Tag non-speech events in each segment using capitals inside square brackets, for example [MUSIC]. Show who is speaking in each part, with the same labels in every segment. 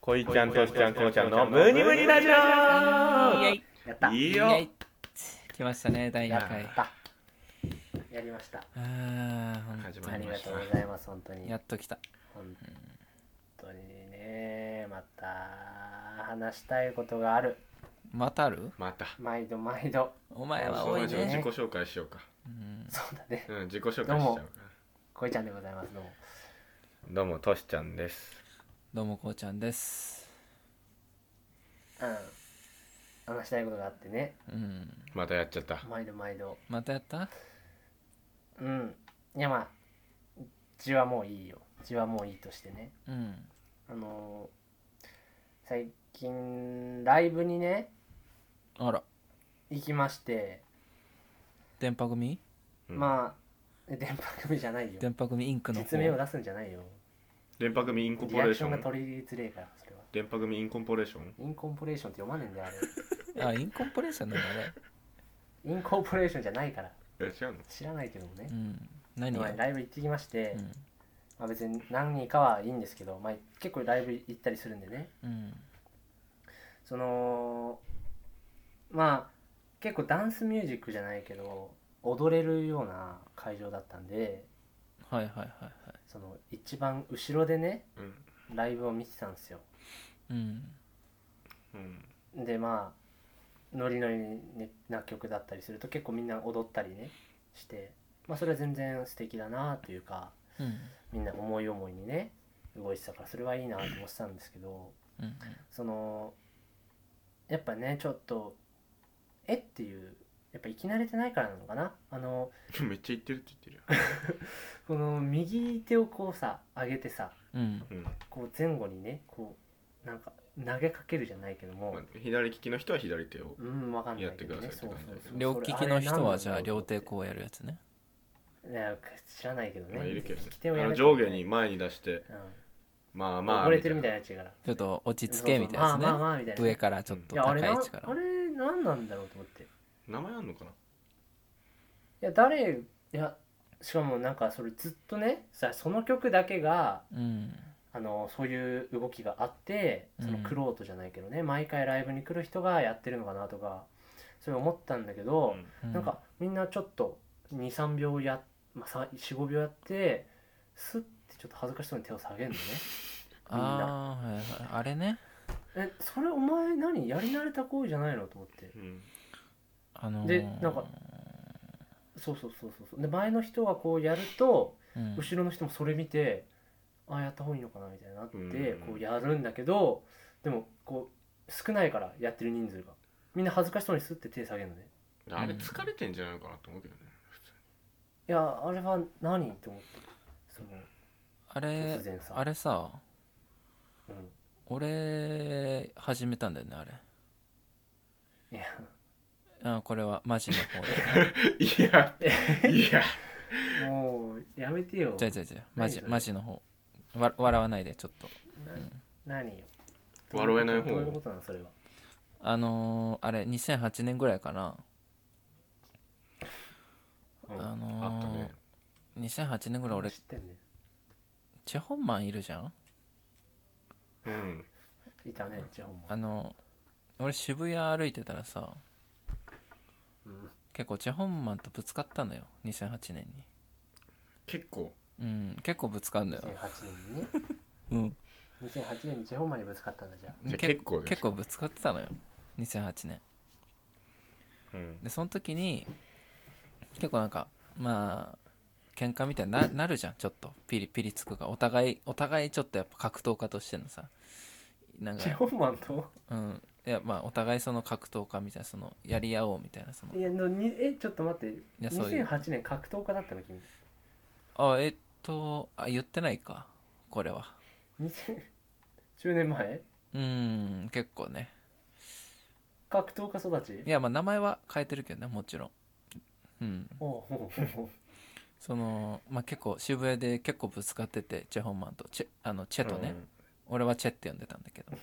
Speaker 1: こいちゃんとしちゃんこのちゃんのムニムニラジ
Speaker 2: イエ
Speaker 1: オ
Speaker 2: イ
Speaker 3: やった
Speaker 1: いい
Speaker 2: イ
Speaker 1: よ
Speaker 2: エイ来ましたね第
Speaker 1: や
Speaker 2: 2
Speaker 1: った
Speaker 2: 回
Speaker 3: ったやりました
Speaker 2: あー本
Speaker 1: 始
Speaker 2: 当
Speaker 1: ま
Speaker 3: あ
Speaker 1: り
Speaker 3: り
Speaker 2: に
Speaker 1: ま
Speaker 3: が
Speaker 1: し
Speaker 3: と
Speaker 1: た
Speaker 3: うございます本当に
Speaker 2: やっと来た
Speaker 3: 本当にねまた話したいことがある
Speaker 2: またある
Speaker 1: また
Speaker 3: 毎度毎度
Speaker 2: お前は
Speaker 1: そ
Speaker 2: 多
Speaker 1: う
Speaker 2: い
Speaker 1: でしょ自
Speaker 2: ね
Speaker 1: 己紹介しようか
Speaker 2: うん
Speaker 3: そうだね
Speaker 1: うん自己紹介しちゃうか
Speaker 3: こいちゃんでございますどうも
Speaker 1: どうもとしちゃんです
Speaker 2: どうもこうちゃんです
Speaker 3: うん話したいことがあってね
Speaker 2: うん
Speaker 1: またやっちゃった
Speaker 3: 毎度毎度
Speaker 2: またやった
Speaker 3: うんいやまあ字はもういいよ字はもういいとしてね
Speaker 2: うん
Speaker 3: あのー最近ライブにね
Speaker 2: あら
Speaker 3: 行きまして、
Speaker 2: 電波組
Speaker 1: うん
Speaker 3: まあ電波組じゃないよ
Speaker 2: 電波組インクの方
Speaker 3: 実名を出すんじゃないよ
Speaker 1: 電波組インコン
Speaker 3: リ
Speaker 1: ポ
Speaker 3: ア
Speaker 1: レー
Speaker 3: ク
Speaker 1: シ
Speaker 3: シ
Speaker 1: ョ
Speaker 3: ョンが
Speaker 1: ン
Speaker 3: 取りづれえからそれは
Speaker 1: 電波組インコンポレーション
Speaker 3: インコンポレーションって読まねえんだよあ
Speaker 1: [LAUGHS]
Speaker 3: れ
Speaker 2: あインコンポレーションなんだね
Speaker 3: インコンポレーションじゃないから
Speaker 1: え違うの
Speaker 3: 知らないけどもね
Speaker 2: う、ん何
Speaker 3: まあ
Speaker 2: が
Speaker 3: ライブ行ってきまして、
Speaker 2: うん
Speaker 3: まあ、別に何人かはいいんですけど、まあ、結構ライブ行ったりするんでね
Speaker 2: うん
Speaker 3: そのまあ結構ダンスミュージックじゃないけど踊れるような会場だったんで
Speaker 2: はいはいはいはい
Speaker 3: その一番後ろでね
Speaker 1: うん
Speaker 3: ライブを見てたんですよ
Speaker 2: うん
Speaker 1: うん
Speaker 3: でまあノリノリな曲だったりすると結構みんな踊ったりねして、まあ、それは全然素敵だなというか
Speaker 2: うん
Speaker 3: みんな思い思いにね動いてたからそれはいいなと思ってたんですけど
Speaker 2: うん
Speaker 3: そのやっぱねちょっとえっていうやっぱ生き慣れてないからなのかなあの
Speaker 1: めっちゃ言ってるって言って
Speaker 3: この右手をこうさ上げてさ
Speaker 2: うん
Speaker 1: るよ、
Speaker 3: こう前後にねこうなんか投げかけるじゃないけど
Speaker 1: う
Speaker 3: も
Speaker 1: んま、あ、左利きの人は左手を
Speaker 3: うんわかんないけど
Speaker 1: や
Speaker 3: ね
Speaker 1: ってくださいって感じだよね
Speaker 2: 両利きの人はじゃあ両手
Speaker 3: 抵抗
Speaker 2: こうやるやつね
Speaker 3: いや知らないけどね。
Speaker 1: まあ、いるけど
Speaker 3: 利き手を
Speaker 1: あ
Speaker 3: や
Speaker 1: の
Speaker 3: る
Speaker 1: 上下に。前に出して
Speaker 3: うん。
Speaker 1: まあま
Speaker 3: ま
Speaker 1: あ
Speaker 3: あ、溺れてるみたい
Speaker 1: な
Speaker 3: なやつやから。
Speaker 2: ちょっと落ち着けみたいなやつ
Speaker 3: そう
Speaker 2: ね
Speaker 3: そうまあまあまあみたいな。
Speaker 2: 上からちょっと
Speaker 3: いや、あ
Speaker 2: 高い
Speaker 3: れ
Speaker 2: 位
Speaker 3: な、
Speaker 2: 置から
Speaker 3: あれ、なんなんだろうと思って。い
Speaker 1: 名前あんのかな
Speaker 3: や、誰、いや、しかもなんかそれずっとね、さ、その曲だけが、
Speaker 2: うん
Speaker 3: あの、そういう動きがあって、その
Speaker 2: うん
Speaker 3: クロートじゃないけどね、毎回ライブに来る人がやってるのかなとか、それ思ったんだけど、
Speaker 2: うん
Speaker 3: なんかみんなちょっと23秒や、まあ、45秒やってスッてちょっと恥ずかしそうに手を下げるのねみんな
Speaker 2: あーはいはいあれね
Speaker 3: えそれお前何やり慣れた行為じゃないのと思って
Speaker 1: うん
Speaker 2: あのー
Speaker 3: でなんかそうそうそうそうそうで前の人がこうやると
Speaker 2: うん
Speaker 3: 後ろの人もそれ見て、あやった方がいいのかなみたいになって、
Speaker 1: うん
Speaker 3: こうやるんだけどでもこう少ないからやってる人数がみんな恥ずかしそうにスッて手下げるのね
Speaker 1: あれ疲れてんじゃないのかなと思うけどね普通
Speaker 3: いやあれは何と思ってその
Speaker 2: あれ
Speaker 3: 突然さ
Speaker 2: あれさ
Speaker 3: うん
Speaker 2: 俺始めたんだよねあれ
Speaker 3: いや
Speaker 2: あこれはマジの方
Speaker 1: [LAUGHS]
Speaker 3: [LAUGHS]
Speaker 2: で
Speaker 1: いや、いや、
Speaker 3: もうやめてよ
Speaker 2: じゃあじゃあじゃあマジ
Speaker 3: 何それ
Speaker 2: マジの方わ笑わないでちょっと
Speaker 3: な何よ
Speaker 1: 笑えない方
Speaker 3: どういうことなのそれは
Speaker 2: あのーあれ2008年ぐらいかな、
Speaker 3: うん
Speaker 2: あ
Speaker 1: あった
Speaker 2: の
Speaker 1: ね。
Speaker 2: ー2008年ぐらい俺
Speaker 3: 知ってんね
Speaker 2: チェホンマンいるじゃん
Speaker 1: うん。
Speaker 3: いたねじゃあほんま
Speaker 2: あのー俺渋谷歩いてたらさ
Speaker 3: うん
Speaker 2: 結構チェホンマンとぶつかったのよ2008年に
Speaker 1: 結構、
Speaker 2: うん結構ぶつかるんだよ
Speaker 3: 2008年にね
Speaker 2: うん
Speaker 3: 2008年にジェホンマンにぶつかったんだじゃあ
Speaker 1: じゃあ
Speaker 2: け
Speaker 1: 結構です
Speaker 2: 結構ぶつかってたのよ2008年
Speaker 1: うん、
Speaker 2: でその時に結構なんかまあ喧嘩みたいにななるじゃんちょっとピリピリつくがお互いお互いちょっとやっぱ格闘家としてのさなん
Speaker 3: ジェ
Speaker 2: か
Speaker 3: ホンマンと
Speaker 2: うんいやまあお互いその格闘家みたいなそのやり合おうみたいなその
Speaker 3: いやのにえちょっと待って
Speaker 2: やそういう
Speaker 3: 2008年格闘家だったの君
Speaker 2: あえっとあ言ってないかこれは
Speaker 3: 2010年前
Speaker 2: うーん結構ね
Speaker 3: 格闘家育ち
Speaker 2: いやまあ名前は変えてるけどねもちろんうん
Speaker 3: おおおうおう
Speaker 2: そのまあ結構渋谷で結構ぶつかっててチェホンマンとチェあのチェとね、俺はチェって呼んでたんだけど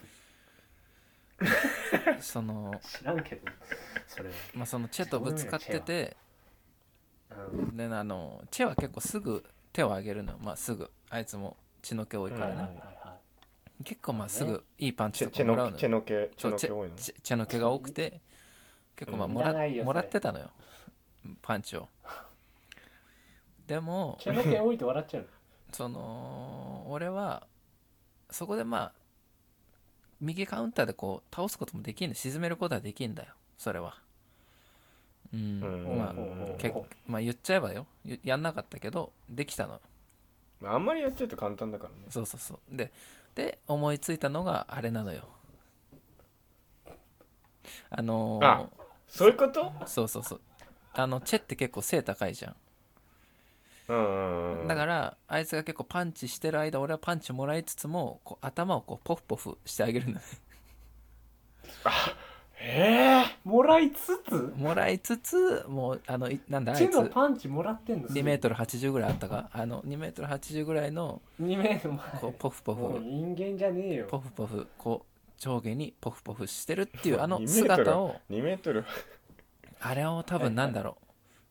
Speaker 2: その
Speaker 3: 知らんけどそれ
Speaker 2: まあそのチェとぶつかってて
Speaker 3: はうん
Speaker 2: であのチェは結構すぐ手を挙げるのまあすぐあいつも血の気多い
Speaker 1: うん
Speaker 2: から
Speaker 3: はいはい
Speaker 2: ね、
Speaker 3: は
Speaker 2: 結構まあ
Speaker 3: ね
Speaker 2: すぐいいパンチ
Speaker 4: チェ
Speaker 2: と
Speaker 4: チ
Speaker 2: か
Speaker 4: ェ
Speaker 2: もらう
Speaker 4: の
Speaker 2: の
Speaker 4: チェ
Speaker 2: よ
Speaker 4: の毛チ
Speaker 2: そ
Speaker 4: ェ
Speaker 2: う
Speaker 4: の
Speaker 2: チ
Speaker 4: 毛多い
Speaker 2: ェ
Speaker 4: の
Speaker 2: チェチェの毛が多くて結構まあ
Speaker 4: うん
Speaker 2: もら,、
Speaker 3: いらないよ
Speaker 2: もらっ
Speaker 3: それ
Speaker 2: てたのよパンチをでも
Speaker 3: 毛の毛多いと笑っちゃう
Speaker 2: その俺はそこでまあ右カウンターでこう倒すこともできんの沈めることはできんだよそれはうん、
Speaker 4: うん
Speaker 2: まあ
Speaker 4: うん
Speaker 2: けまあ言っちゃえばよゆやんなかったけどできたの
Speaker 4: まああんまりやっちゃうと簡単だからね
Speaker 2: そうそうそうでで思いついたのがあれなのよあのー
Speaker 4: あそういうこと
Speaker 2: そうそうそうあのチェって結構背高いじゃん
Speaker 4: うんうんうん
Speaker 2: だかららあいつが結構パンチしてる間俺はパンチもらいつつもこう頭をこうポフポフしてあげるのね [LAUGHS]
Speaker 4: ええ
Speaker 3: もらいつつ
Speaker 2: もらいつつもうあのいなんだあ
Speaker 3: チ
Speaker 2: い
Speaker 3: ェ
Speaker 2: つ
Speaker 3: のパンチもらってんの
Speaker 2: 2メートル8 0ぐらいあったかあの2メートル8 0ぐらいの
Speaker 3: 2メートル
Speaker 2: こうポフポ
Speaker 3: 前もう
Speaker 2: フ
Speaker 3: 人間じゃねえ
Speaker 2: ポ
Speaker 3: よ
Speaker 2: フポフこう上下にポフポフしてるっていうあ
Speaker 4: 2
Speaker 2: の
Speaker 4: メートル
Speaker 2: 姿を
Speaker 4: 2メートル [LAUGHS]
Speaker 2: あれを多分なんだろう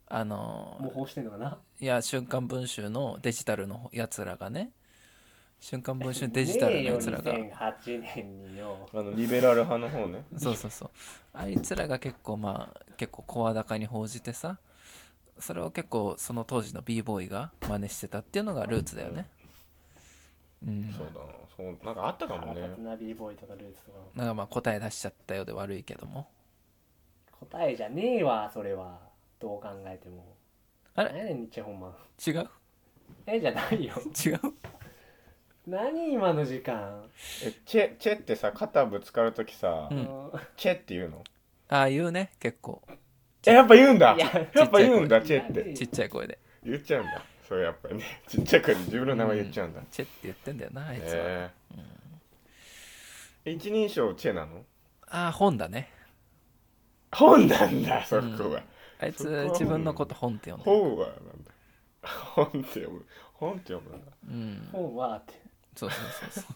Speaker 2: あの
Speaker 3: 模倣してんのかない
Speaker 2: や「瞬間文集」のデジタルのやつらがね「瞬間文集」デジタルのやつらが
Speaker 3: ねえよ2008年によ
Speaker 4: あのリベラル派の方ね
Speaker 2: そうそうそうあいつらが結構まあ結構声高に報じてさそれを結構その当時の b ボーイが真似してたっていうのがルーツだよねうん
Speaker 4: そうだなそうなんかあったかも
Speaker 3: 腹
Speaker 4: ね
Speaker 3: 立つな b ボーイとかルーツとか
Speaker 2: なんかまあ答え出しちゃったようで悪いけども
Speaker 3: 答えじゃねえわそれはどう考えても
Speaker 2: あ
Speaker 3: 何
Speaker 2: れ
Speaker 3: やねんチェホンマン
Speaker 2: 違う
Speaker 3: [LAUGHS] えじゃないよ [LAUGHS]
Speaker 2: 違う
Speaker 3: 何今の時間、
Speaker 4: えチェチェってさ肩ぶつかるときさ、
Speaker 2: うん
Speaker 3: あの
Speaker 4: チェって言うの [LAUGHS]
Speaker 2: ああ言うね結構
Speaker 4: えやっぱ言うんだ
Speaker 3: い
Speaker 4: [LAUGHS] や
Speaker 3: や
Speaker 4: っぱ言うんだチェっ
Speaker 3: い
Speaker 4: て
Speaker 3: や
Speaker 2: ちっちゃい声で
Speaker 4: 言っちゃうんだそれやっぱりね [LAUGHS] ちっちゃい子に自分の名前言っちゃうんだ、
Speaker 2: チェって言ってんだよなあいつは、
Speaker 4: ええ一人称チェなの
Speaker 2: ああ本だね
Speaker 4: 本なんだそこは、
Speaker 2: あいつ
Speaker 4: そこは
Speaker 2: 自分のこと本って呼んでる
Speaker 4: 本はなんだ本って読む本って読むんだ
Speaker 2: うん
Speaker 3: 本はって
Speaker 2: そうそうそうそ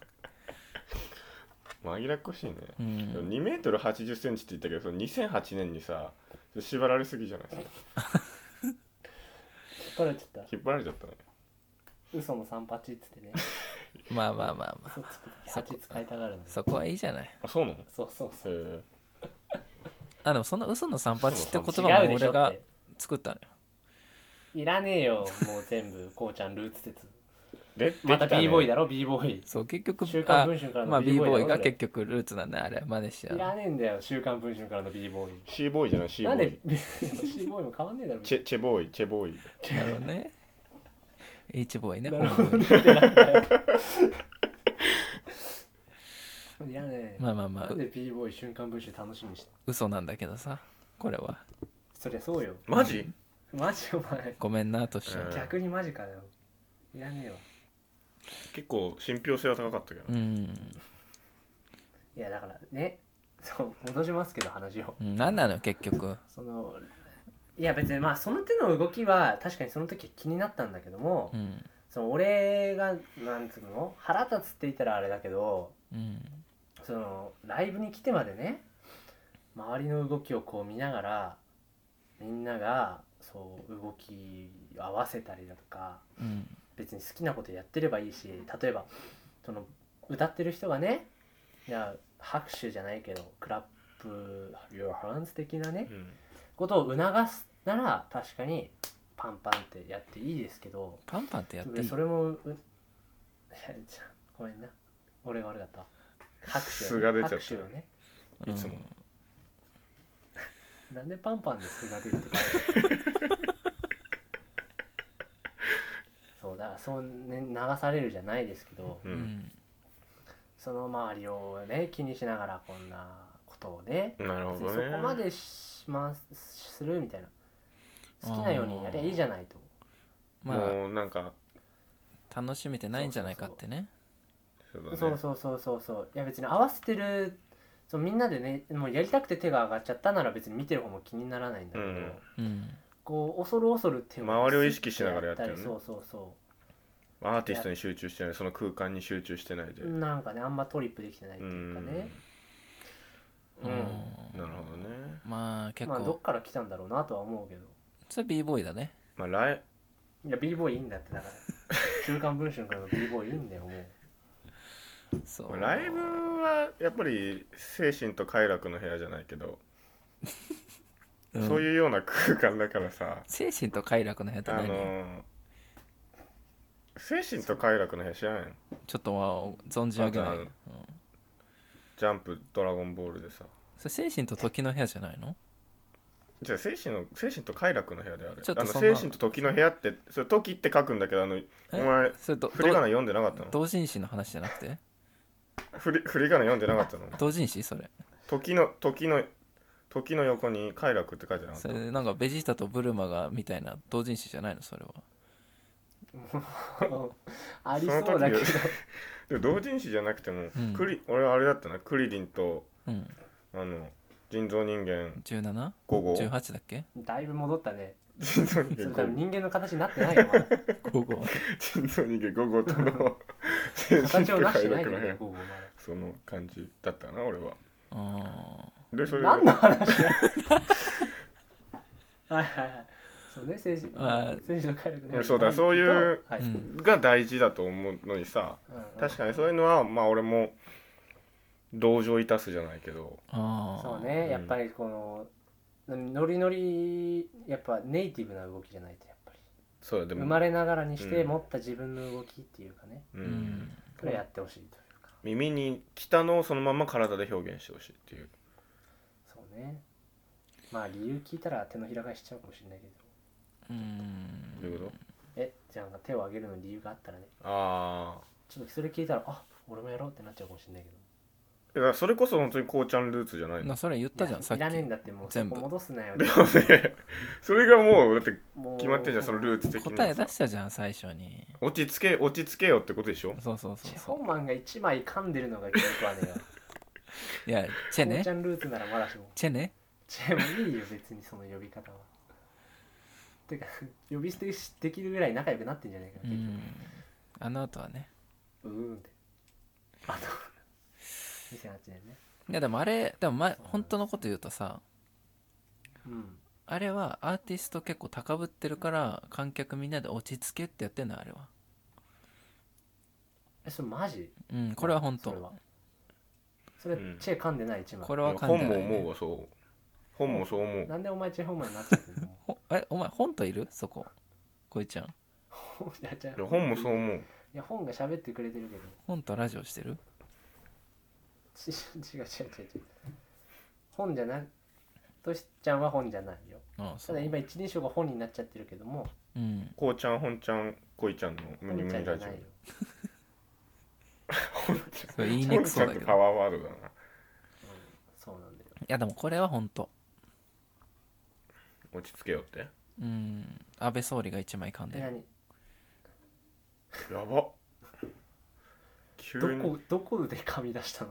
Speaker 2: う
Speaker 4: 紛らっこしいね、
Speaker 2: うん
Speaker 4: 2メートル8 0センチって言ったけどその2008年にさ縛られすぎじゃないですか
Speaker 3: 取れちゃっ
Speaker 4: 引っ張られちゃったね
Speaker 3: た嘘の三八っつってね
Speaker 2: まあまあまあまあ
Speaker 3: 嘘つく時八使いたがるの
Speaker 2: そこはいいじゃない
Speaker 4: あそうなのへ
Speaker 3: そうそうそう
Speaker 4: え
Speaker 2: あでもその嘘の三八って言葉
Speaker 3: 違うで
Speaker 2: も
Speaker 3: し
Speaker 2: 俺
Speaker 3: ょっ
Speaker 2: が
Speaker 3: て
Speaker 2: 作ったのよ
Speaker 3: いらねえよもう全部こうちゃんルーツ説
Speaker 4: で
Speaker 3: また
Speaker 4: できね
Speaker 3: b ボーイだろ b ボーイ
Speaker 2: そう結局
Speaker 3: 週刊
Speaker 2: あ
Speaker 3: 文春から
Speaker 2: まあ
Speaker 3: の
Speaker 2: b
Speaker 3: b
Speaker 2: ボ
Speaker 3: ボーイだろ
Speaker 2: ーイが
Speaker 3: それ
Speaker 2: 結局ルーツなんだよあれマネシア
Speaker 3: い
Speaker 2: の
Speaker 3: らねえんだよ週刊文春からの b ボーイ
Speaker 4: C ボーイじゃない C ボ
Speaker 3: なん
Speaker 4: ー
Speaker 3: で [LAUGHS]
Speaker 4: イ
Speaker 3: c ボーイも変わんねえだろ
Speaker 4: チェチェボーイチェボーイ
Speaker 2: なるほどね H ボーイね
Speaker 3: なるほど
Speaker 2: 本ボーイ
Speaker 3: ねってなんだよいやねえ
Speaker 2: まあまあまあ
Speaker 3: なんで b ボーイ瞬間文集楽しみにして
Speaker 2: 嘘なんだけどさこれは
Speaker 3: そりゃそうよ
Speaker 1: マジ
Speaker 3: マジお前
Speaker 2: ごめんなとし
Speaker 4: うん
Speaker 3: 逆にマジかよいらねえわ
Speaker 4: 結構信憑性は高かったけど、
Speaker 2: うん
Speaker 3: いやだからねそう戻しますけど話を
Speaker 2: うん何なのよ結局
Speaker 3: そのいや別にまあその手の動きは確かにその時気になったんだけども、
Speaker 2: うん
Speaker 3: その俺がなんつうの腹立つって言ったらあれだけど
Speaker 2: うん
Speaker 3: そのライブに来てまでね周りの動きをこう見ながらみんながそう動き合わせたりだとか
Speaker 2: うん
Speaker 3: 別に好きなことやってればいいし例えばその歌ってる人がねいや拍手じゃないけどクラップ your hands 的なね
Speaker 4: うん
Speaker 3: ことを促すなら確かにパンパンってやっていいですけど
Speaker 2: パンパンってやっていい
Speaker 3: それもうい [LAUGHS] やちゃごめんな俺が悪かった拍手
Speaker 4: 素
Speaker 3: を
Speaker 4: が
Speaker 3: ね
Speaker 4: 出ちゃった
Speaker 3: 拍手をね
Speaker 2: うん
Speaker 4: いつも
Speaker 3: なんでパンパンで素が出
Speaker 4: [LAUGHS]
Speaker 3: るってそうだからそう、ね、流されるじゃないですけど
Speaker 4: う、
Speaker 2: うんん
Speaker 3: その周りをね気にしながらこんなことをね
Speaker 4: なるほ
Speaker 3: 別に
Speaker 4: ど
Speaker 3: そ
Speaker 4: ね
Speaker 3: こまでしますするみたいな好きなようにやりゃいいじゃないと
Speaker 2: ま
Speaker 4: もうなんか
Speaker 2: あ楽しめてないんじゃないかってね
Speaker 4: そうだね
Speaker 3: そうそうそうそうそういや別に合わせてるそうみんなでねもうやりたくて手が上がっちゃったなら別に見てる方も気にならないんだけど、
Speaker 4: うん
Speaker 2: うん
Speaker 3: こう恐る恐る手を
Speaker 4: 周りを意識しながらやってるね
Speaker 3: スッてそうそうそう
Speaker 4: アーティストに集中してないその空間に集中してないで、
Speaker 3: なんかねあんまトリップできてないっていうかねうん、
Speaker 4: なるほどね
Speaker 2: まあ結
Speaker 3: まあど
Speaker 2: 構
Speaker 3: っから来たんだろうなとは思うけど
Speaker 2: それ b ボーイだね
Speaker 4: まあライ [LAUGHS]
Speaker 3: いや b ボーイいいんだってだから週刊文春からの b ボーイいいんだよもう
Speaker 2: そ
Speaker 4: まあ
Speaker 2: う
Speaker 4: ライブはやっぱり精神と快楽の部屋じゃないけど、
Speaker 2: うん
Speaker 4: そういうような空間だからさ
Speaker 2: 精神と快楽の部屋って
Speaker 4: あの
Speaker 2: 何、
Speaker 4: ー精神と快楽の部屋知らないの
Speaker 2: ちょっとは存じ上げない、
Speaker 4: あ
Speaker 2: うん
Speaker 4: と、ジャンプドラゴンボールでさ
Speaker 2: それ精神と時の部屋じゃないの
Speaker 4: じゃあ精神の精神と快楽の部屋である
Speaker 2: ちょっと
Speaker 4: あの
Speaker 2: そんな
Speaker 4: 精神と時の部屋ってそれ時って書くんだけどあのお
Speaker 2: え
Speaker 4: 前
Speaker 2: それど
Speaker 4: 振り仮名読んでなかったの
Speaker 2: 同人誌の話じゃなくて
Speaker 4: 振り振り仮名読んでなかったの
Speaker 2: 同人誌それ
Speaker 4: 時の時の時の横に快楽って書いてなかっ
Speaker 2: そ
Speaker 4: た
Speaker 2: れなんかベジータとブルマがみたいな同人誌じゃないのそれは
Speaker 3: ありそうだけ
Speaker 4: そ
Speaker 3: ど
Speaker 4: の時でも同人誌じゃなくても、
Speaker 2: うん
Speaker 4: クリ俺はあれだったなクリリンと
Speaker 2: うん
Speaker 4: あの人造人間
Speaker 2: 17?18
Speaker 4: 5号
Speaker 2: だっけ
Speaker 3: だいぶ戻ったね
Speaker 4: 人造人
Speaker 3: それ
Speaker 4: 間
Speaker 3: 多分
Speaker 4: 5
Speaker 3: [LAUGHS]
Speaker 4: 号
Speaker 3: 人間の形になってないよまだ [LAUGHS]
Speaker 2: 午後
Speaker 4: 人造人間5号との精神
Speaker 3: 形
Speaker 4: と
Speaker 3: をな
Speaker 4: 快
Speaker 3: してない
Speaker 4: 楽
Speaker 3: よ
Speaker 4: の部
Speaker 3: ね
Speaker 4: 屋
Speaker 3: ゴーゴーまだ
Speaker 4: その感じだったな俺は
Speaker 2: あ
Speaker 4: でそれ
Speaker 3: 何の話だ [LAUGHS] はいはいはいそうね精神
Speaker 2: あー
Speaker 3: 精神の快楽
Speaker 4: うんそうだそういう
Speaker 3: はい、
Speaker 2: う
Speaker 3: うん
Speaker 2: ん
Speaker 4: が大事だと思うのにさ
Speaker 3: うん
Speaker 4: 確かにそういうのはまあ俺も同情いたすじゃないけど
Speaker 2: ああ
Speaker 3: そうねやっぱりこの、ノリノリやっぱネイティブな動きじゃないとやっぱり
Speaker 4: そうだでも
Speaker 3: 生まれながらにし
Speaker 4: う
Speaker 3: て
Speaker 4: ん
Speaker 3: 持った自分の動きっていうかね、
Speaker 4: う
Speaker 2: うんん
Speaker 3: それをやってほしいというか
Speaker 4: 耳に来たのをそのまま体で表現してほしいっていう
Speaker 3: そうねまあ理由聞いたら手のひら返しちゃうかもしれないけど
Speaker 2: うん
Speaker 4: どういうこ
Speaker 3: えじゃあ手を挙げるのに理由があったらね
Speaker 4: とああ
Speaker 3: ちょっとそれ聞いたらあ俺もやろうってなっちゃうかもしれないけど
Speaker 4: だからそれこそ本当にこうちゃんルーツじゃないの
Speaker 2: なそれ言ったじゃんさっ
Speaker 3: いらねえん
Speaker 2: き
Speaker 3: だってもう
Speaker 2: 全部
Speaker 3: そこ戻すなよ
Speaker 4: でもねそれがもうだって
Speaker 3: もう
Speaker 4: 決まってんじゃんそのルーツ的
Speaker 2: 答え
Speaker 4: な
Speaker 2: 出したじゃん最初に
Speaker 4: 落ち着け落ち着けよってことでしょ
Speaker 2: そうそうそ
Speaker 3: シ
Speaker 2: う
Speaker 3: フォ
Speaker 2: そ
Speaker 3: ンマンが一枚噛んでるのが気に食
Speaker 2: [LAUGHS]
Speaker 3: わねえよ
Speaker 2: ういやチェ
Speaker 3: 父
Speaker 2: ね
Speaker 3: ちゃんルーツならまだしも
Speaker 2: チェね
Speaker 3: チェもいいよ別にその呼び方はてか呼び捨てしできるぐらい仲良くなってんじゃないか
Speaker 2: う
Speaker 3: な結
Speaker 2: んあの後はね
Speaker 3: 局うーんってあと2008年ね
Speaker 2: いやでもあれでも前本当のこと言うとさ
Speaker 3: うん
Speaker 2: あれはアーティスト結構高ぶってるから観客みんなで落ち着けってやってんのあれは
Speaker 3: えそれマジ
Speaker 2: うんこれは本
Speaker 3: それは
Speaker 2: 当
Speaker 3: それ
Speaker 4: うん
Speaker 3: チェ噛んでない一枚
Speaker 2: これは噛ん
Speaker 4: 本
Speaker 2: でな
Speaker 4: も
Speaker 2: い、
Speaker 4: 思う
Speaker 2: ね、
Speaker 4: わそう本もそう思う
Speaker 3: なんでお前チェフォンマンになっちゃってるの
Speaker 2: ほえお前本といるそここいちゃん
Speaker 3: いやじゃ
Speaker 4: い
Speaker 3: あ
Speaker 4: や本もそう思う
Speaker 3: いや本が喋ってくれてるけど
Speaker 2: 本とラジオしてる
Speaker 3: ち違う違う違う違う本じゃないとしちゃんは本じゃないよ
Speaker 2: ああそ
Speaker 3: ただ
Speaker 2: う
Speaker 3: 今一人称が本になっちゃってるけども
Speaker 2: うん
Speaker 4: こうちゃん本ちゃんこいちゃんのムニム
Speaker 3: 本ちゃん
Speaker 4: ニ
Speaker 3: じゃ
Speaker 4: ラジ
Speaker 3: な
Speaker 4: オ
Speaker 3: いよ
Speaker 2: それ言いに
Speaker 4: 本
Speaker 2: く
Speaker 4: ち
Speaker 2: そ
Speaker 4: ゃ
Speaker 2: うん
Speaker 4: っ
Speaker 2: だ
Speaker 4: て
Speaker 2: け
Speaker 4: パ
Speaker 2: どい
Speaker 4: ワーワードだな
Speaker 3: うんそうなんだよ
Speaker 2: やでもこれは本当
Speaker 4: 落ち着けよって
Speaker 2: うん安倍総理が一枚噛んで
Speaker 3: え
Speaker 2: る
Speaker 3: 何
Speaker 4: やばっ急に
Speaker 3: どこどこで噛み出したの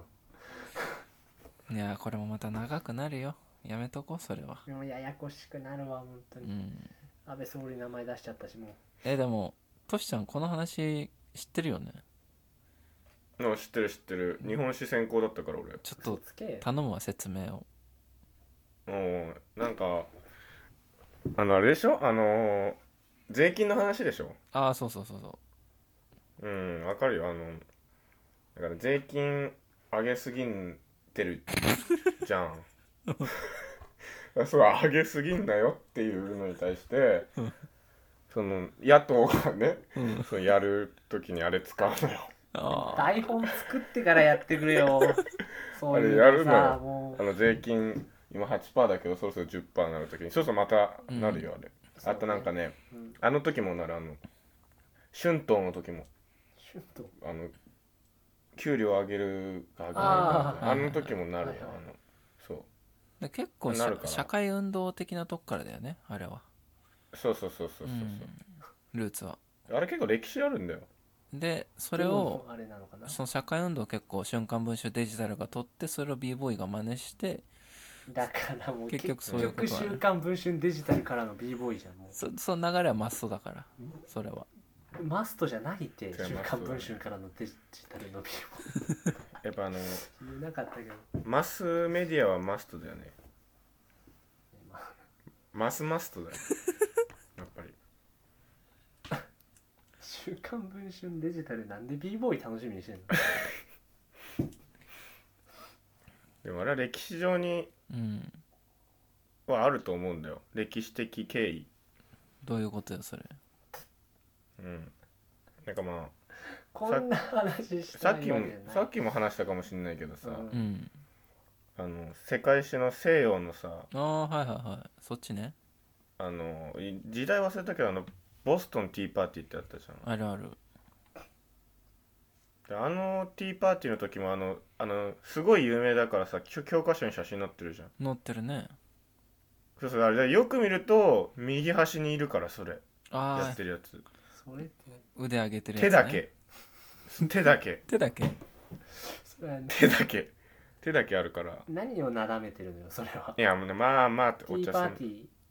Speaker 2: いやこれもまた長くなるよやめとこうそれは
Speaker 3: でもややこしくなるわ本当
Speaker 2: う
Speaker 3: に、
Speaker 2: ん
Speaker 3: 安倍総理名前出しちゃったしも
Speaker 2: えでもトシちゃんこの話知ってるよね
Speaker 4: うん知ってる知ってる日本史専攻だったから俺
Speaker 2: ちょっ
Speaker 3: う嘘
Speaker 2: と
Speaker 3: つけ
Speaker 2: 頼むわ説明を
Speaker 4: うんなんかあのあれでしょあのー税金の話でしょ
Speaker 2: ああそうそうそうそ
Speaker 4: うんわかるよあのだから税金上げすぎんてるじゃん [LAUGHS] そう上げすぎんなよっていうのに対して
Speaker 2: うん
Speaker 4: その野党がね
Speaker 2: ううん
Speaker 4: そのやる時にあれ使うのよ
Speaker 2: ああ
Speaker 3: 台本作ってからやってくれよそういう
Speaker 4: [LAUGHS] あれやる
Speaker 3: さ
Speaker 4: のよ
Speaker 3: も
Speaker 4: あ
Speaker 3: う
Speaker 4: の税金今8%だけどそろそろ10%になるときにそろそろまたなるよあれ、
Speaker 3: そうね
Speaker 4: あとなんかね
Speaker 3: うん
Speaker 4: あの時もなるあの春闘の時も
Speaker 3: シュッと
Speaker 4: あの給料上げるか上げないか
Speaker 3: あ
Speaker 2: ー
Speaker 4: あの時もなるよ
Speaker 3: はい
Speaker 4: あ
Speaker 3: はいはい
Speaker 4: のそう
Speaker 2: で結構
Speaker 4: な
Speaker 2: 社
Speaker 4: るから
Speaker 2: 社会運動的なとこからだよねあれは
Speaker 4: そうそうそうそうそう
Speaker 2: う
Speaker 4: そ
Speaker 2: んルーツは
Speaker 4: うあれ結構歴史あるんだよ
Speaker 2: でそ
Speaker 3: そ
Speaker 2: れを
Speaker 3: あれなのかな
Speaker 2: その社会運動を結構瞬間文春デジタルが取ってそれを b ボーイが真似して
Speaker 3: だからもう
Speaker 2: 結
Speaker 3: 結
Speaker 2: 局
Speaker 3: 局
Speaker 2: そういうことはね
Speaker 3: 週刊文春デジタルからの b ボーイじゃんも
Speaker 2: そその流れはマストだからそれは
Speaker 3: うマストじゃないって
Speaker 4: それは
Speaker 3: 週
Speaker 4: マスト
Speaker 3: 刊文春からのデジタルの b
Speaker 4: やっぱあの
Speaker 3: ボーイ言えなかったけど、
Speaker 4: マスメディアはマストだよね
Speaker 3: まあ
Speaker 4: マスマス
Speaker 3: [LAUGHS]
Speaker 4: トだよやっぱり
Speaker 3: 週刊文春デジタルなんで b ボーイ楽しみにしてんの
Speaker 4: でもあれは歴史上に
Speaker 2: うん
Speaker 4: はあると思うんだよ歴史的経緯
Speaker 2: どういうことよそれ
Speaker 4: うんなんかま
Speaker 3: こんな話し
Speaker 4: あさ
Speaker 3: た
Speaker 4: っ
Speaker 3: い
Speaker 4: き
Speaker 3: わ
Speaker 4: も
Speaker 3: けじゃない
Speaker 4: さっきも話したかもしれないけどさ、
Speaker 3: うん
Speaker 2: うん
Speaker 4: あの世界史の西洋のさ
Speaker 2: ああはいはいはいそっちね
Speaker 4: あのい時代忘れたけどあのボストンティーパーティーってあったじゃん
Speaker 2: あるある
Speaker 4: であのティーパーティーの時もあのあのすごい有名だからさきょ教科書に写真載ってるじゃん
Speaker 2: 乗ってるね
Speaker 4: そうそうあれよく見ると右端にいるからそれや
Speaker 2: あ
Speaker 4: っ
Speaker 2: あ
Speaker 4: てるやつ
Speaker 3: それって
Speaker 2: 腕上げてるやつ、ね、
Speaker 4: 手だけ手だけ
Speaker 2: 手だけ
Speaker 3: それはね
Speaker 4: 手だけ手だけあるから
Speaker 3: 何をなだめてるのよそれはい
Speaker 4: やもうねまあまあって
Speaker 3: テ
Speaker 4: お
Speaker 3: ィ
Speaker 4: 茶
Speaker 3: ーパ
Speaker 4: さ
Speaker 3: ー
Speaker 4: ん
Speaker 3: ティ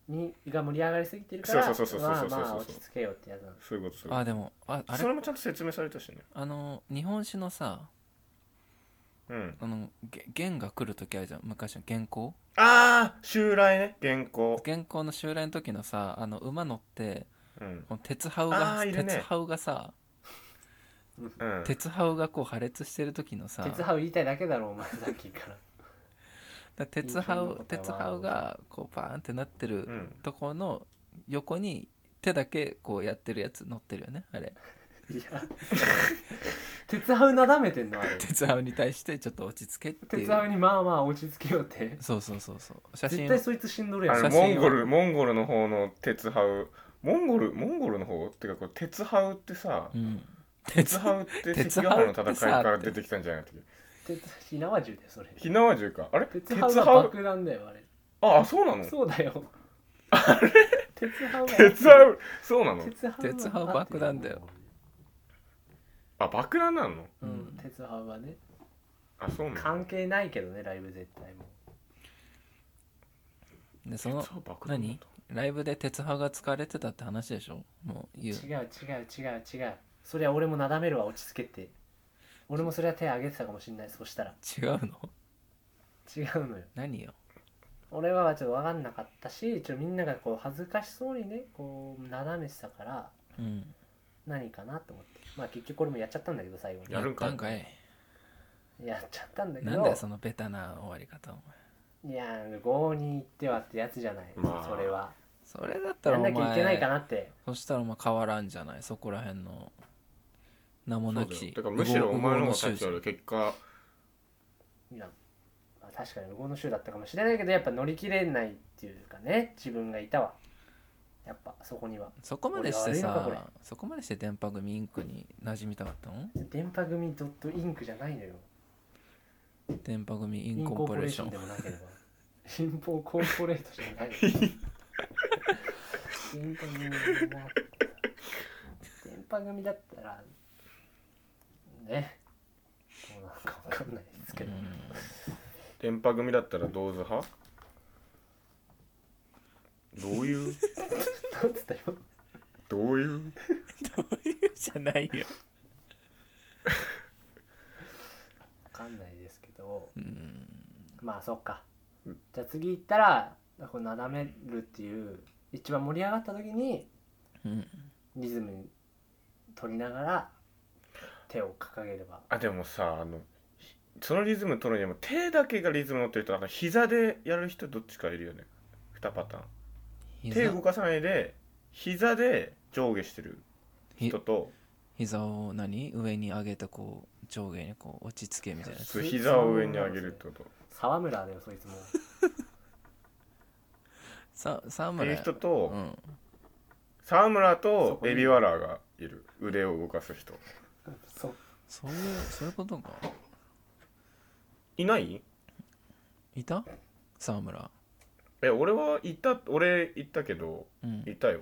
Speaker 3: ーにが盛り上がりすぎてるから
Speaker 4: そうそうそうそうそうそうそう
Speaker 3: まあまあ落ち着けよってやつなの
Speaker 4: そういうことそういう
Speaker 2: あ
Speaker 4: こ
Speaker 2: あでもあ
Speaker 4: と
Speaker 2: あ
Speaker 4: そ
Speaker 2: れ
Speaker 4: れもちゃんと説明されたしね
Speaker 2: あの日本史のさ
Speaker 4: うん
Speaker 2: あのげ元が来る時あるじゃん昔の元寇
Speaker 4: ああ襲来ね原稿
Speaker 2: 元寇の襲来の時のさあの馬乗って
Speaker 4: うん
Speaker 2: この鉄ハウが、
Speaker 4: あーいるね
Speaker 2: 鉄ハウがさ
Speaker 4: うん
Speaker 2: 鉄ハウがこう破裂してる時のさ
Speaker 3: 鉄ハウ言いたいだけだろお前さっきから
Speaker 2: だ鉄ハウ
Speaker 3: 鉄
Speaker 2: 鉄ハ
Speaker 3: ハウ
Speaker 2: ウがこうバーンってなって
Speaker 4: う
Speaker 2: る
Speaker 4: ん
Speaker 2: ところの横に手だけこうやってるやつ乗ってるよねあれ
Speaker 3: いや鉄ハウなだめてんのあれ
Speaker 2: 鉄ハウに対してちょっと落ち着けってい
Speaker 3: 鉄ハウ
Speaker 2: う
Speaker 3: にまあまあ落ち着けよって
Speaker 2: そうそうそうそう写
Speaker 3: 絶
Speaker 2: 真
Speaker 3: 対そいつ死んどるや
Speaker 4: あ
Speaker 3: ん
Speaker 4: の
Speaker 2: 写
Speaker 3: あ
Speaker 2: 真
Speaker 4: モ
Speaker 2: は
Speaker 4: ンゴルモンゴルの方の鉄ハウモンゴルモンゴルの方ってかこれ鉄ハウってさ
Speaker 2: うん
Speaker 4: 鉄
Speaker 2: 鉄
Speaker 4: ハウって
Speaker 2: 鉄
Speaker 4: 関
Speaker 2: ハ
Speaker 4: ヶ原
Speaker 2: ウっ
Speaker 4: の
Speaker 2: てさ
Speaker 4: 戦いから出てきたんじゃないか
Speaker 3: 鉄火縄銃だよそれ
Speaker 4: 火縄銃かあれ
Speaker 3: 鉄
Speaker 4: 鉄
Speaker 3: ハウは
Speaker 4: ハウ
Speaker 3: 爆弾だよあれ
Speaker 4: ああそうなの
Speaker 3: そうだよあれ鉄ハウは
Speaker 4: 鉄ハウそうなの
Speaker 3: 鉄ハウは
Speaker 2: 鉄ハウ爆弾だよ
Speaker 4: あ爆弾なの
Speaker 3: うん鉄ハウはね
Speaker 4: あそうなの
Speaker 3: 関係ないけどねライブ絶対も
Speaker 2: でその
Speaker 4: 鉄ハウ爆弾だ
Speaker 2: 何ライブで鉄ハウが使われてたって話でしょもう
Speaker 3: う
Speaker 2: 言う
Speaker 3: 違う違う違う違うそりゃ俺もなだめるわ落ち着けって俺もそれは手挙げてたかもしんないそしたら
Speaker 2: 違うの
Speaker 3: 違うのよ
Speaker 2: 何よ
Speaker 3: 俺はちょっと分かんなかったしちょっとみんながこう恥ずかしそうにねこう斜めてたから
Speaker 2: うん
Speaker 3: 何かなと思ってまあ結局俺もやっちゃったんだけど最後に
Speaker 4: やるんかい
Speaker 2: やったんかい
Speaker 3: やっちゃったんだけど
Speaker 2: なんだよそのベタな終わり方お前
Speaker 3: いや5に行ってはってやつじゃない、
Speaker 4: まあ
Speaker 3: それは
Speaker 2: それだった
Speaker 3: や
Speaker 2: ら
Speaker 3: ん
Speaker 2: お
Speaker 3: な
Speaker 2: 前
Speaker 3: きゃいけないかなって
Speaker 2: そしたらお前変わらんじゃないそこら辺の名も
Speaker 4: そうだよ
Speaker 2: なき
Speaker 4: だからむしろお前の方が立ち寄
Speaker 2: 右往右往の
Speaker 4: る
Speaker 2: 執
Speaker 4: 結果
Speaker 3: いやまあ確かに無言の週だったかもしれないけどやっぱ乗り切れないっていうかね自分がいたわやっぱそこには
Speaker 2: そこまでして
Speaker 3: 俺悪いのかこれ
Speaker 2: さそこまでして電波組インクに馴染みたかったの
Speaker 3: 電波組ドットインクじゃないのよ
Speaker 2: 電波組イ
Speaker 3: イン
Speaker 2: ンコ
Speaker 3: コ
Speaker 2: ー
Speaker 3: ーポレ
Speaker 2: ポレ
Speaker 3: ー
Speaker 2: ー
Speaker 3: シ
Speaker 2: シ
Speaker 3: ョ [LAUGHS]
Speaker 2: ョ
Speaker 3: ン
Speaker 2: ン
Speaker 3: でもなければ新報コーポレートじゃないの電波組だ電波組だったらねどうなのかわかんないですけど、
Speaker 4: 電波組だったら同図派どういう
Speaker 3: なんつったよ
Speaker 4: どういう
Speaker 2: そういうじゃないよ、
Speaker 3: わかんないですけど
Speaker 2: うん、
Speaker 3: まあそっかじゃあ次行ったらこう斜めるっていう一番盛り上がった時に
Speaker 2: うん
Speaker 3: リズムに取りながら手を掲げれば
Speaker 4: あでもさあのひそのリズム取るにも手だけがリズム乗ってるとあの膝でやる人どっちかいるよね2パターン手
Speaker 2: 膝
Speaker 4: 動かさないで膝で上下してる
Speaker 2: ひ
Speaker 4: 人と
Speaker 2: 膝を何上に上げてこう上下にこう落ち着けみたいなやつ
Speaker 4: そう膝を上に上げる人と
Speaker 3: 沢村だよそいつも
Speaker 2: さ沢
Speaker 4: って
Speaker 2: 村
Speaker 4: いう人と
Speaker 2: うん、
Speaker 4: 沢村
Speaker 3: そ
Speaker 4: と
Speaker 3: こに
Speaker 4: エビワラーがいる腕を動かす人
Speaker 3: そう
Speaker 2: そういうそういうことか
Speaker 4: いない
Speaker 2: いた沢村
Speaker 4: え俺は行った俺行ったけど
Speaker 2: うん
Speaker 4: いたよ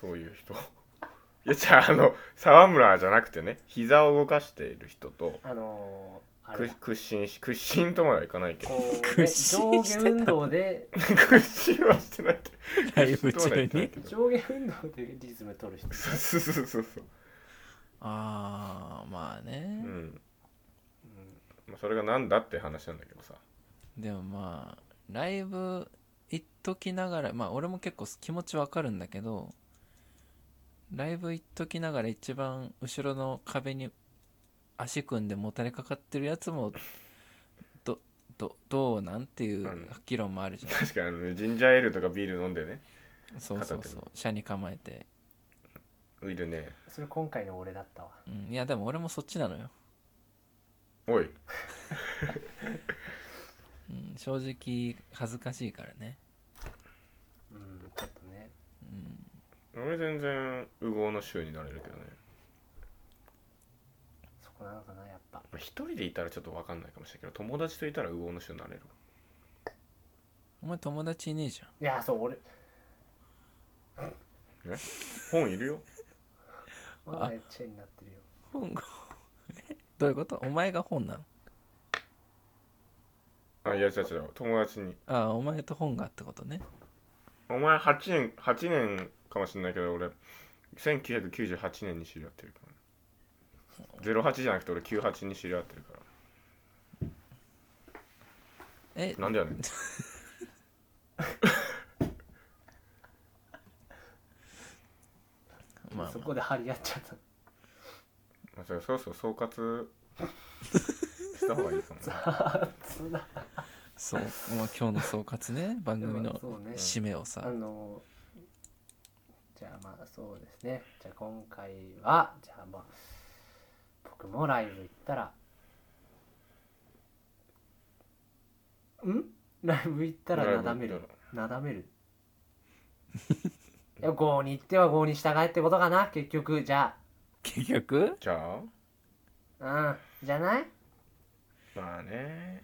Speaker 4: そういう人いやじゃああの沢村じゃなくてね膝を動かしている人と
Speaker 3: あのー、あ
Speaker 4: く
Speaker 3: れだ
Speaker 4: 屈伸し屈伸とまではいかないけど
Speaker 3: こう、ね、
Speaker 2: 屈
Speaker 3: 上
Speaker 2: 伸して
Speaker 3: 下
Speaker 2: た
Speaker 3: 運動で
Speaker 4: [LAUGHS] 屈伸はしてないけど
Speaker 3: [LAUGHS]
Speaker 2: ライブ中
Speaker 4: 屈伸とまではいかない
Speaker 2: に
Speaker 4: けど
Speaker 3: 上下運動でリズム取る人
Speaker 4: [LAUGHS] そうそうそうそうそう
Speaker 2: ああまあ
Speaker 4: う
Speaker 2: ね、
Speaker 4: んまあそれがなんだって話なんだけどさ
Speaker 2: でもまあライブ行っときながらまあ俺も結構気持ちわかるんだけどライブ行っときながら一番後ろの壁に足組んでもたれかかってるやつもどどどうなんっていう
Speaker 4: うん
Speaker 2: 議論もあるじゃん、
Speaker 4: 確かにあのジンジャーエールとかビール飲んでね
Speaker 2: そうそうそう社に構えて、
Speaker 4: いるね
Speaker 3: それ今回の俺だったわ
Speaker 2: うん、いやでも俺もそっちなのよ、
Speaker 4: おい
Speaker 2: うん、正直恥ずかしいからね、
Speaker 3: うんちょっとね
Speaker 2: うん、
Speaker 4: 俺全然烏合の衆になれるけどね
Speaker 3: そこなのかなやっぱ
Speaker 4: まあ一人でいたらちょっと分かんないかもしれないけど友達といたら烏合の衆になれる
Speaker 2: お前友達いねえじゃん
Speaker 3: いやそう俺
Speaker 4: 本いるよ
Speaker 3: まだエッチェになってるよ
Speaker 2: 本がえ [LAUGHS] どういうことお前が本なの
Speaker 4: あいや違う違う友達に
Speaker 2: ああお前と本がってことね
Speaker 4: お前8年8年かもしれないけど俺1998年に知り合ってるから08じゃなくて俺98に知り合ってるから
Speaker 2: え
Speaker 4: なんでやねん
Speaker 2: まあ、
Speaker 3: そこで張り合っちゃった
Speaker 4: まあそれそろそろ総括した方がいいかもね
Speaker 3: そうだ
Speaker 2: そう、まあ、今日の総括 [LAUGHS] ね番組の
Speaker 3: そうね
Speaker 2: 締めをさ、
Speaker 3: あのじゃあまあそうですねじゃあ今回はじゃあまあ僕もライブ行ったらんライブ行ったらなだめ
Speaker 4: ライ
Speaker 3: る
Speaker 4: ブ行っ
Speaker 3: なだめる [LAUGHS] いや5に行っては5に従えってことかな結局じゃ
Speaker 2: 結局
Speaker 4: じゃあ
Speaker 3: あうんじゃない
Speaker 4: まあね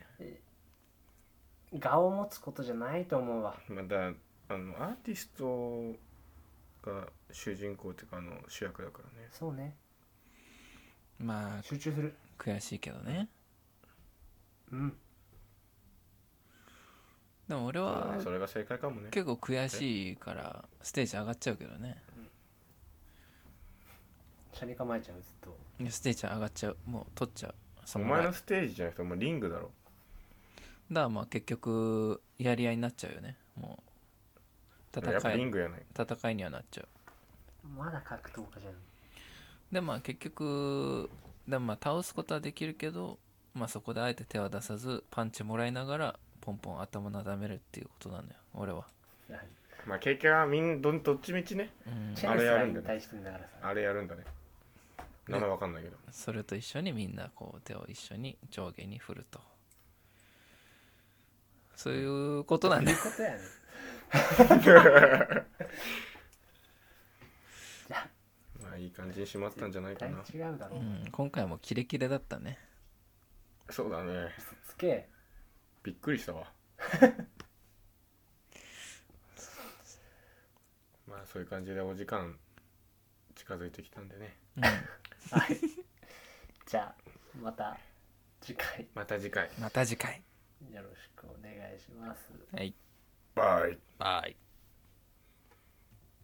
Speaker 3: 我を持つことじゃないと思うわ
Speaker 4: まだあのアーティストが主人公っていうかあの主役だからね
Speaker 3: そうね
Speaker 2: まあ
Speaker 3: 集中する
Speaker 2: 悔しいけどね
Speaker 3: うん
Speaker 2: でも俺は
Speaker 4: それが正解かもね
Speaker 2: 結構悔しいからステージ上がっちゃうけどね
Speaker 3: 車に構えちゃうずっと
Speaker 2: いやステージ上がっちゃうもう取っちゃうそ
Speaker 4: お
Speaker 2: の
Speaker 4: 前
Speaker 2: だ
Speaker 4: の
Speaker 2: か
Speaker 4: ステージじゃなくてお前リングだろ
Speaker 2: らまあ結局やり合いになっちゃうよねもう
Speaker 4: やっぱ
Speaker 2: 戦
Speaker 4: リン
Speaker 2: い
Speaker 4: グやない
Speaker 2: 戦いにはなっちゃう
Speaker 3: まだ格闘家じゃん
Speaker 2: でまあ結局でもまあ倒すことはできるけど、まあ、そこであえて手は出さずパンチもらいながらポンポン頭なだめるっていうことなのよ俺は、
Speaker 3: はい
Speaker 4: まあ経験はみんどどっちみちね
Speaker 2: うん、
Speaker 3: チェルスラインに対してんだからさ
Speaker 4: あれやるんだね名前わかんないけど
Speaker 2: それと一緒にみんなこう手を一緒に上下に振るとそういうことなんだ
Speaker 3: そういうことやねじゃあ
Speaker 4: まあいい感じにしまったんじゃないかな
Speaker 3: 絶対違うだろ
Speaker 2: う
Speaker 3: う、
Speaker 2: ん、今回もキレキレだったね
Speaker 4: そうだね
Speaker 3: 嘘つけ
Speaker 4: びっくりした [LAUGHS] わまあそういう感じでお時間近づいてきたんでね
Speaker 3: はいじゃあまた次回
Speaker 4: また次回
Speaker 2: また次回
Speaker 3: よろしくお願いします
Speaker 2: はい
Speaker 4: バイ
Speaker 2: バイ